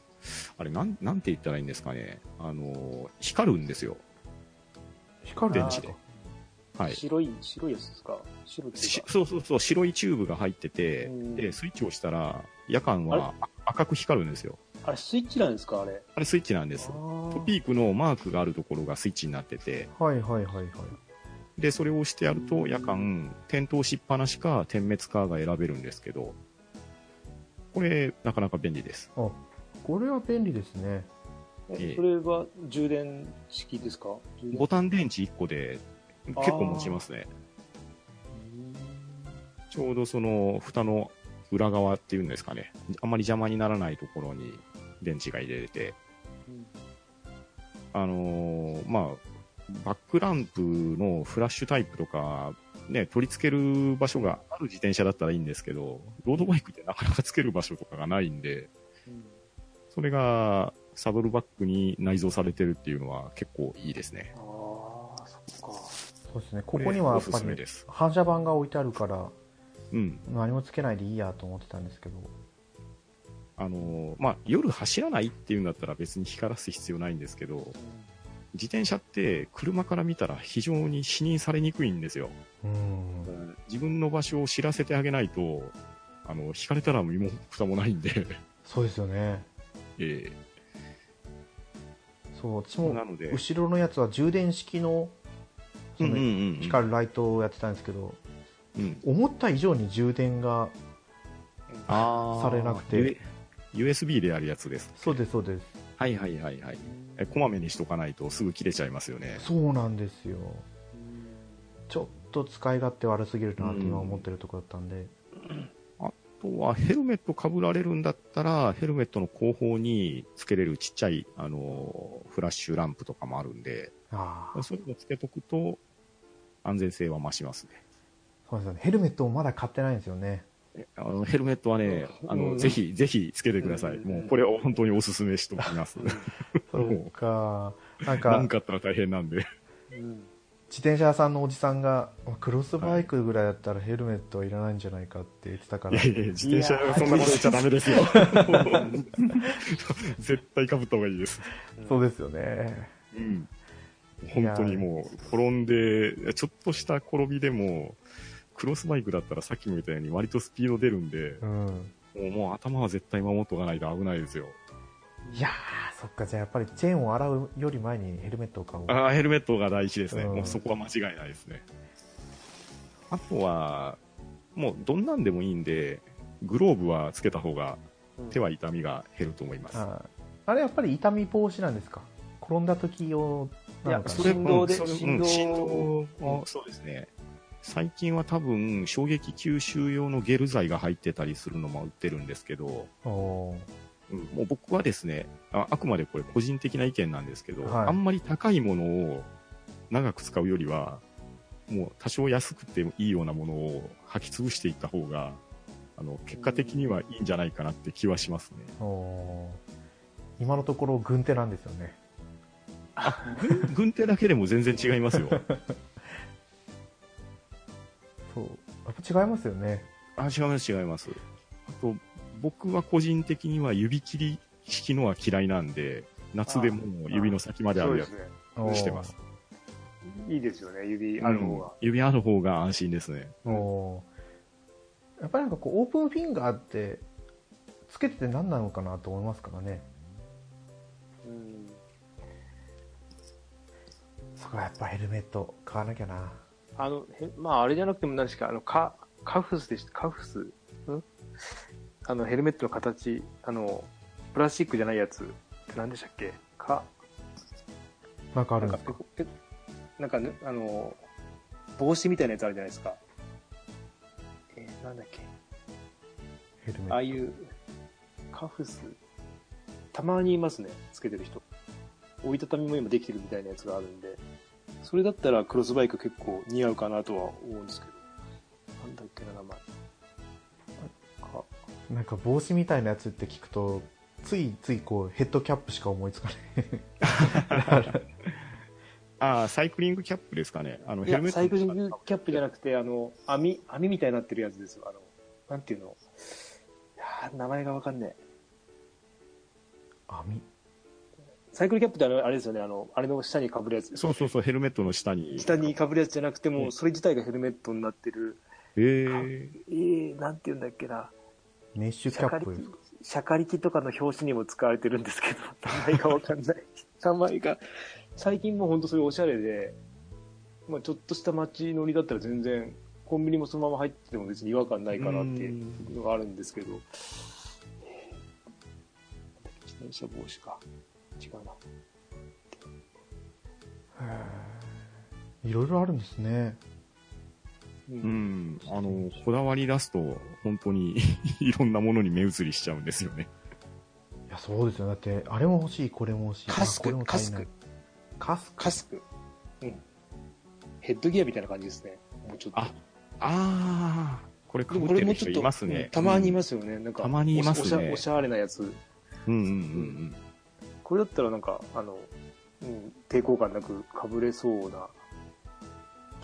S3: あれ、なん、なんて言ったらいいんですかね。あの、光るんですよ。
S1: 光るんですか
S3: 電池ではい。
S2: 白い、白いやつですか白いです
S3: し
S2: か
S3: そうそうそう、白いチューブが入ってて
S2: うん、
S3: で、スイッチを押したら、夜間は赤く光るんですよ。
S2: あれ、スイッチなんですかあれ。
S3: あれスイッチなんです。トピークのマークがあるところがスイッチになってて、
S1: はいはいはいはい。
S3: で、それを押してやると夜間、点灯しっぱなしか点滅かが選べるんですけど、これ、なかなか便利です。
S1: あ、これは便利ですね。
S2: え
S3: ええ
S2: それは充電式ですか充電
S3: ボタン電池1個で結構持ちますね。ちょうどその蓋の裏側っていうんですかね、あんまり邪魔にならないところに電池が入れれて、
S2: うん
S3: あのーまあ、バックランプのフラッシュタイプとか、ね、取り付ける場所がある自転車だったらいいんですけど、ロードバイクってなかなかつける場所とかがないんで、
S2: うん
S3: それがサドルバッグに内蔵されてるっていうのは結構いいですね。
S2: ああ、そっか。
S1: そうですね。ここにはや
S3: お
S1: っ
S3: す
S1: ぱ
S3: すめ
S1: り
S3: です。
S1: 反射板が置いてあるから、
S3: うん。
S1: 何もつけないでいいやと思ってたんですけど。
S3: あのーまあ、夜走らないっていうんだったら別に光らす必要ないんですけど、自転車って車から見たら非常に視認されにくいんですよ。
S1: うん。
S3: 自分の場所を知らせてあげないと、あの、引かれたら身も蓋もないんで、
S1: そうですよね。
S3: ええ
S1: そう、私も
S3: なので、
S1: 後ろのやつは充電式の、その
S3: ん
S1: 光るライトをやってたんですけど、
S3: うん、
S1: 思った以上に充電が、
S3: あ
S1: されなくて。
S3: U- USB でやるやつです。
S1: そうですそうです。
S3: はいはいはいはい。え、こまめにしとかないとすぐ切れちゃいますよね。
S1: そうなんですよ。ちょっと使い勝手悪すぎるなって今思ってるとこだったんで。
S3: あとは、ヘルメット被られるんだったら、ヘルメットの後方につけれるちっちゃい、あの、フラッシュランプとかもあるんで、
S1: ああ、
S3: そういうのつけとくと、安全性は増しますね。
S1: そうですよね。ヘルメットもまだ買ってないんですよね。
S3: あのヘルメットはね、あ
S2: う
S3: の
S2: ん
S3: ぜひ、ぜひつけてください。
S2: うん
S3: もうこれは本当におすすめしておきます。
S1: そうか。なんか、
S3: なんかあったら大変なんで。
S2: うん
S1: 自転車屋さんのおじさんが、まあクロスバイクぐらいだったらヘルメットはいらないんじゃないかって言ってたか
S3: い
S1: ら
S3: や。いや、自転車そんなこと言っちゃダメですよ。絶対かぶった方がいいです。
S1: そうですよね。
S3: うん。本当にもう、転んで、ちょっとした転びでも、クロスバイクだったらさっきも言ったように割とスピード出るんで、
S1: うん。
S3: もうもう頭は絶対守っとかないと危ないですよ。
S1: いやー、そっか。じゃあやっぱりチェーンを洗うより前にヘルメットを買おう。
S3: あーヘルメットが大事ですね、
S1: うん
S3: もうそこは間違いないですね。あとは、もうどんなんでもいいんで、グローブはつけた方が手は痛みが減ると思います。
S1: ああれやっぱり痛み防止なんですか転んだ時用なのか
S2: いや
S1: な
S2: それ振動で
S3: うんそれ
S2: 振動
S3: うん振動もそうですね。最近は多分、衝撃吸収用のゲル剤が入ってたりするのも売ってるんですけど、
S1: おー
S3: うんもう僕はですねあ、あくまでこれ個人的な意見なんですけど、
S1: はい
S3: あんまり高いものを長く使うよりは、もう多少安くてもいいようなものを履き潰していった方が、あの、結果的にはいいんじゃないかなって気は しますね。
S1: おー今のところ軍手なんですよね
S3: 軍軍手だけでも全然違いますよ。
S1: そうやっぱ違いますよね
S3: あ、違います、違います。あと、僕は個人的には指切り式のは嫌いなんで、夏でも指の先まであ
S2: そう
S3: る
S2: で
S3: や
S2: すね。
S1: おー
S3: つしてます。
S2: いいですよね、指ある方が。
S3: 指ある方が安心ですね。
S1: おーやっぱりなんかこうオープンフィンガーってつけてて何なのかなと思いますからね
S2: うん
S1: そこはやっぱヘルメット買わなきゃな
S2: あの、へまあ、あれじゃなくても何ですか、あの、カ、カフスでした、カフスんあの、ヘルメットの形、あの、プラスチックじゃないやつって何でしたっけカ、
S1: なんかあ
S2: な
S1: る
S2: ん
S1: ん
S2: か
S1: ですか、
S2: えなんかね、あの、帽子みたいなやつあるじゃないですか。えーなんだっけ
S1: ヘルメット
S2: ああいう、カフス、たまにいますね、つけてる人。折りたたみも今できてるみたいなやつがあるんで、それだったらクロスバイク結構似合うかなとは思うんですけど。なんだっけな、名前。か
S1: なんか帽子みたいなやつって聞くとついついこうヘッドキャップしか思いつかない
S3: ああ、サイクリングキャップですかね。あの、
S2: い
S3: ヘルメ
S2: や、
S3: ット
S2: サイ
S3: に
S2: ク
S3: 使
S2: リ
S3: っ
S2: ン
S3: た
S2: グキャップじゃなくて、あの、網、網みたいになってるやつですよ。あの、なんていうの。いやー名前がわかんねえ。
S1: 網
S2: サイクルキャップってあれあれですよね、あの、あれの下に被るやつ。
S3: そうそうそう、ヘルメットの下に。
S2: 下に被るやつじゃなくて、も
S3: う
S2: うんそれ自体がヘルメットになってる。
S3: ええ
S2: えー、なんていうんだっけな。
S1: メッシュキ
S2: シャ
S1: ャ
S2: カ
S1: ッ
S2: リキ
S1: プですか、
S2: シャカリキとかの表紙にも使われてるんです けど、名前がわかんない。名前が、最近もうほんとそれおしゃれで、まあちょっとした街乗りだったら全然、コンビニもそのまま入ってても別に違和感ないかなっていうのがあるんですけど、自転車帽子か。違うな。
S1: へーいろいろあるんですね
S2: う
S3: うんん、あの、こだわり出すと、本当に いろんなものに目移りしちゃうんですよね。
S1: いやそうですよだってあれも欲しいこれも欲しい
S2: カスク
S1: あこれも足りないカスク
S2: カスク。うん。ヘッドギアみたいな感じですね。もうちょっと。
S3: あああ、これ被ってる人います
S2: うん
S3: ね。。
S2: たまにいますすよね。なんか、
S3: たまにいます
S2: おし
S3: ね
S2: ゃおしゃれなやつ。
S3: うんうんうん
S2: これだったらなんか、あの、うん、抵抗感なく被れそうな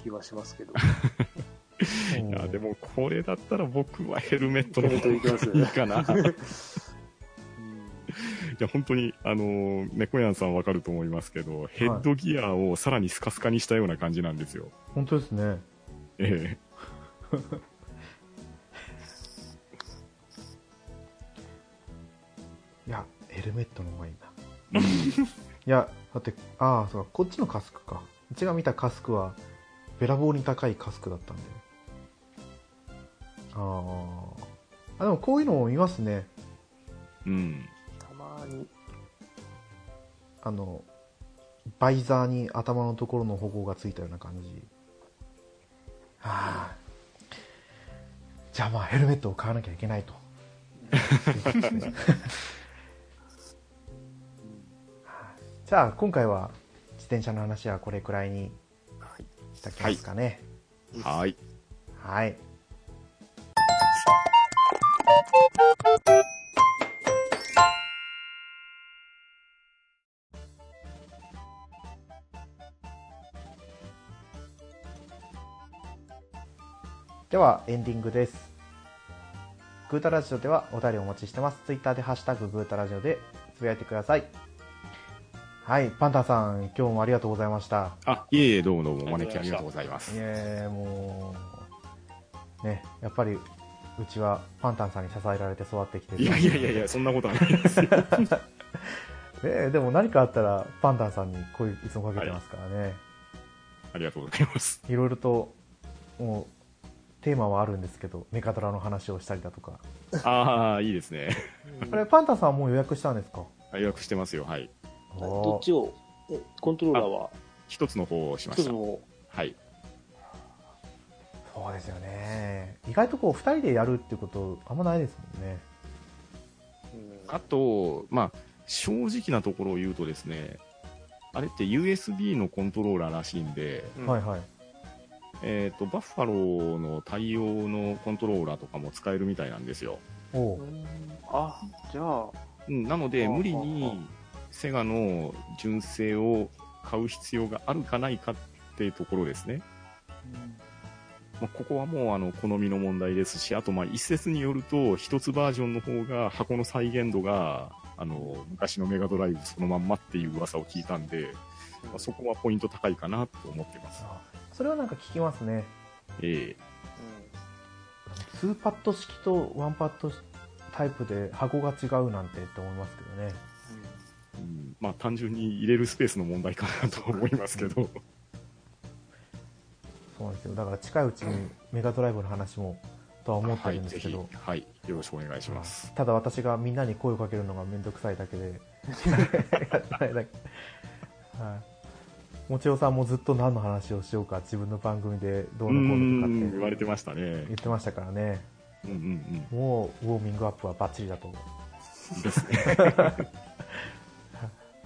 S2: 気はします けど。
S1: う
S3: うん。
S1: ん
S3: いや、でもこれだったら僕はヘルメットの
S2: ヘルメットいきます
S3: 方がいいかな。いや、本当に、あの、猫やんさんわかると思いますけど、ヘッドギアをさらにスカスカにしたような感じなんですよ。
S1: 本当ですね
S3: ええ。
S1: いやヘルメットの方がいいないやだってああそうかこっちのカスクかうちが見たカスクはべらぼうに高いカスクだったんであーあでもこういうのも見ますね
S3: うん。
S2: たまに。
S1: あのバイザーに頭のところの保護がついたような感じああじゃあまあヘルメットを買わなきゃいけないとじゃあ今回は自転車の話はこれくらいにしたきますかね
S3: はい。
S1: はいではエンディングですグータラジオではお便りお待ちしてますツイッターで「ハッシュタググータラジオ」でつぶやいてくださいはいパンタンさん今日もありがとうございました
S3: あ、いえいえ、どうもどうも、お招きありがとうございます
S1: い。えもうねやっぱりうちはパンタンさんに支えられて育ってきてる
S3: いやいやいやいや、そんなことはないですよ。
S1: ねえでも何かあったらパンタンさんに声いつもかけてますからね、
S3: ありがとうございます。
S1: い、ろいろともうテーマはあるんですけどメカドラの話をしたりだとか
S3: ああ、いいですね。
S1: あれパンタンさんはもう予約したんですか
S3: 予約してますよ、 はい。
S2: どっちを、えコントローラーは
S3: 一つの方をしま
S2: 一
S3: し
S2: つ
S3: た。
S2: の、
S3: はい。
S1: そうですよね意外とこう2人でやるってことあんまないですもんね
S2: うん
S3: あと、まあ、正直なところを言うとですね、あれって USB のコントローラーらしいんで、
S2: うん
S1: はいはい
S3: えっ、と、バッファローの対応のコントローラーとかも使えるみたいなんですよ。
S1: お
S2: う
S1: お
S2: んあ、じゃあ、
S3: うん、なので、
S2: あー
S3: 無理
S2: あ
S3: にセガの純正を買う必要があるかないかっていうところですね。まあ、ここはもうあの好みの問題ですし、あとまあ一説によると、一つバージョンの方が箱の再現度が、あの、昔のメガドライブそのまんまっていう噂を聞いたんで、まあ、そこはポイント高いかなと思ってます。
S1: あそれはなんか聞きますね
S3: え
S1: 2パッド式と1パッドタイプで箱が違うなんてって思いますけどね
S3: えうんまあ単純に入れるスペースの問題かなと思いますけど、
S1: そうなんですよだから近いうちにメガドライブの話もとは思ってるんですけど、
S3: はい、ぜひ、はい、よろしくお願いします。
S1: ただ私がみんなに声をかけるのが面倒くさいだけでやってないだけはいもちおさんもずっと何の話をしようか自分の番組でど
S3: う
S1: うのこうのとか
S3: ん、言
S1: って
S3: われてましたね
S1: 言。ってましたからね
S3: うんうん
S1: もうウォーミングアップはバッチリだと思う
S3: うん。ですね。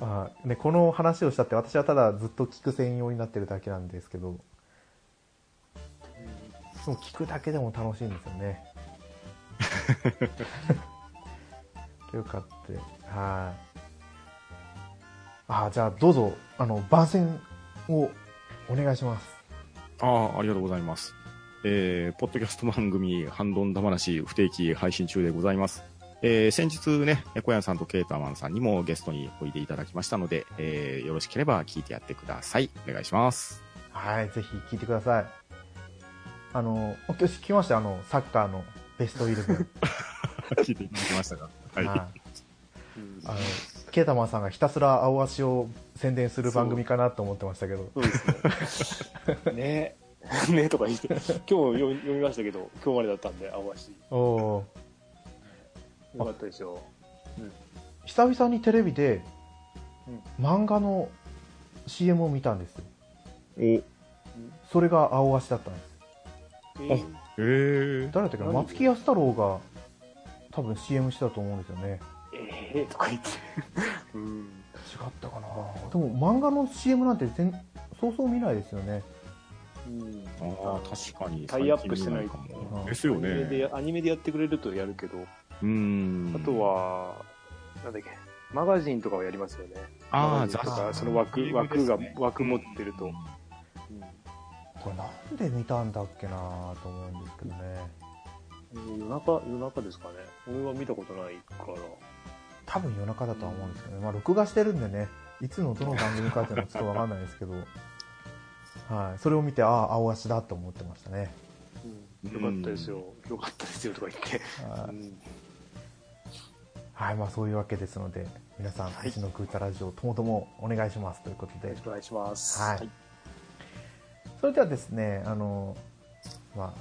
S1: あーね、この話をしたって私はただずっと聞く専用になってるだけなんですけどでも聞くだけでも楽しいんですよ ねよかったはいあーじゃあどうぞあの番宣をお願いします
S3: ああ、ありがとうございます。えー、ポッドキャスト番組、ハンドンダ話、不定期配信中でございます。えー、先日ね、小屋さんとケーターマンさんにもゲストにおいでいただきましたので、えー、よろしければ聞いてやってください。お願いし ます。
S1: はい、ぜひ聞いてください。あの、今日聞きました、あの、サッカーのベストイレブン。
S3: 聞いていただきましたかはい。
S1: は。
S3: はい
S1: あの、ケータマンさんがひたすら青足を宣伝する番組かなと思ってましたけど、
S2: そうですね。ね え。ねえとか言って、今日読み読みましたけど、今日までだったんで、青足。
S1: おお
S2: よかったですよ。
S1: ー久々にテレビで
S2: うん、
S1: 漫画の CM を見たんですよ。
S3: い、お、へ
S1: それが青足だったんです。
S2: え
S3: あえ。
S1: 誰だったっけな
S2: 何
S1: 松木安太郎が、多分 CM してたと思うんですよね。
S2: ええとか言って。 うん。
S1: 違ったかなでも漫画の CM なんて全、そうそう見ないですよね。
S2: うん。
S3: ああ、確かに。
S2: タイアップしてない
S3: 最近見か
S1: う
S3: も。
S1: ん
S3: ですよ
S2: アニメで
S3: ね。
S2: やアニメでやってくれるとやるけど、
S3: うーん。
S2: あと、は、なんだっけ、マガジンとかはやりますよね。
S3: ああ、
S2: マガジンと
S1: 雑
S2: か、
S1: 誌
S2: その枠、
S3: 英語で
S2: 枠
S3: す
S2: が
S3: ね、
S2: 枠持ってると。
S1: これなんで見たんだっけなと思うんですけどね。
S2: うん夜中、夜中ですかね。俺は見たことないから。
S1: 多分夜中だとは思うんですけどね、まあ、録画してるんでねいつのどの番組かっていうのはちょっとわかんないですけど、はい、それを見てああ青足だと思ってましたね、
S2: よかったですよ。よかったですよとか言って。
S1: は
S2: う
S1: い
S2: ん
S1: はいまあ、そういうわけですので皆さん「うちのグータラジオ」ともともお願いしますということで
S2: よろしくお願いします。
S1: はいそれではですねあのま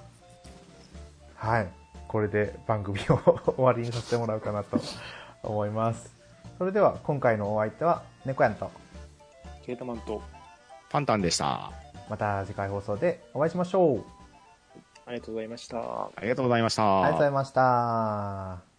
S1: あはいこれで番組を 終わりにさせてもらうかなと思いますそれでは今回のお相手は猫やんと
S2: ケータマンと、
S3: パンタンでした。
S1: また次回放送でお会いしましょう
S2: ありがとうございました。
S3: ありがとうございました。
S1: ありがとうございました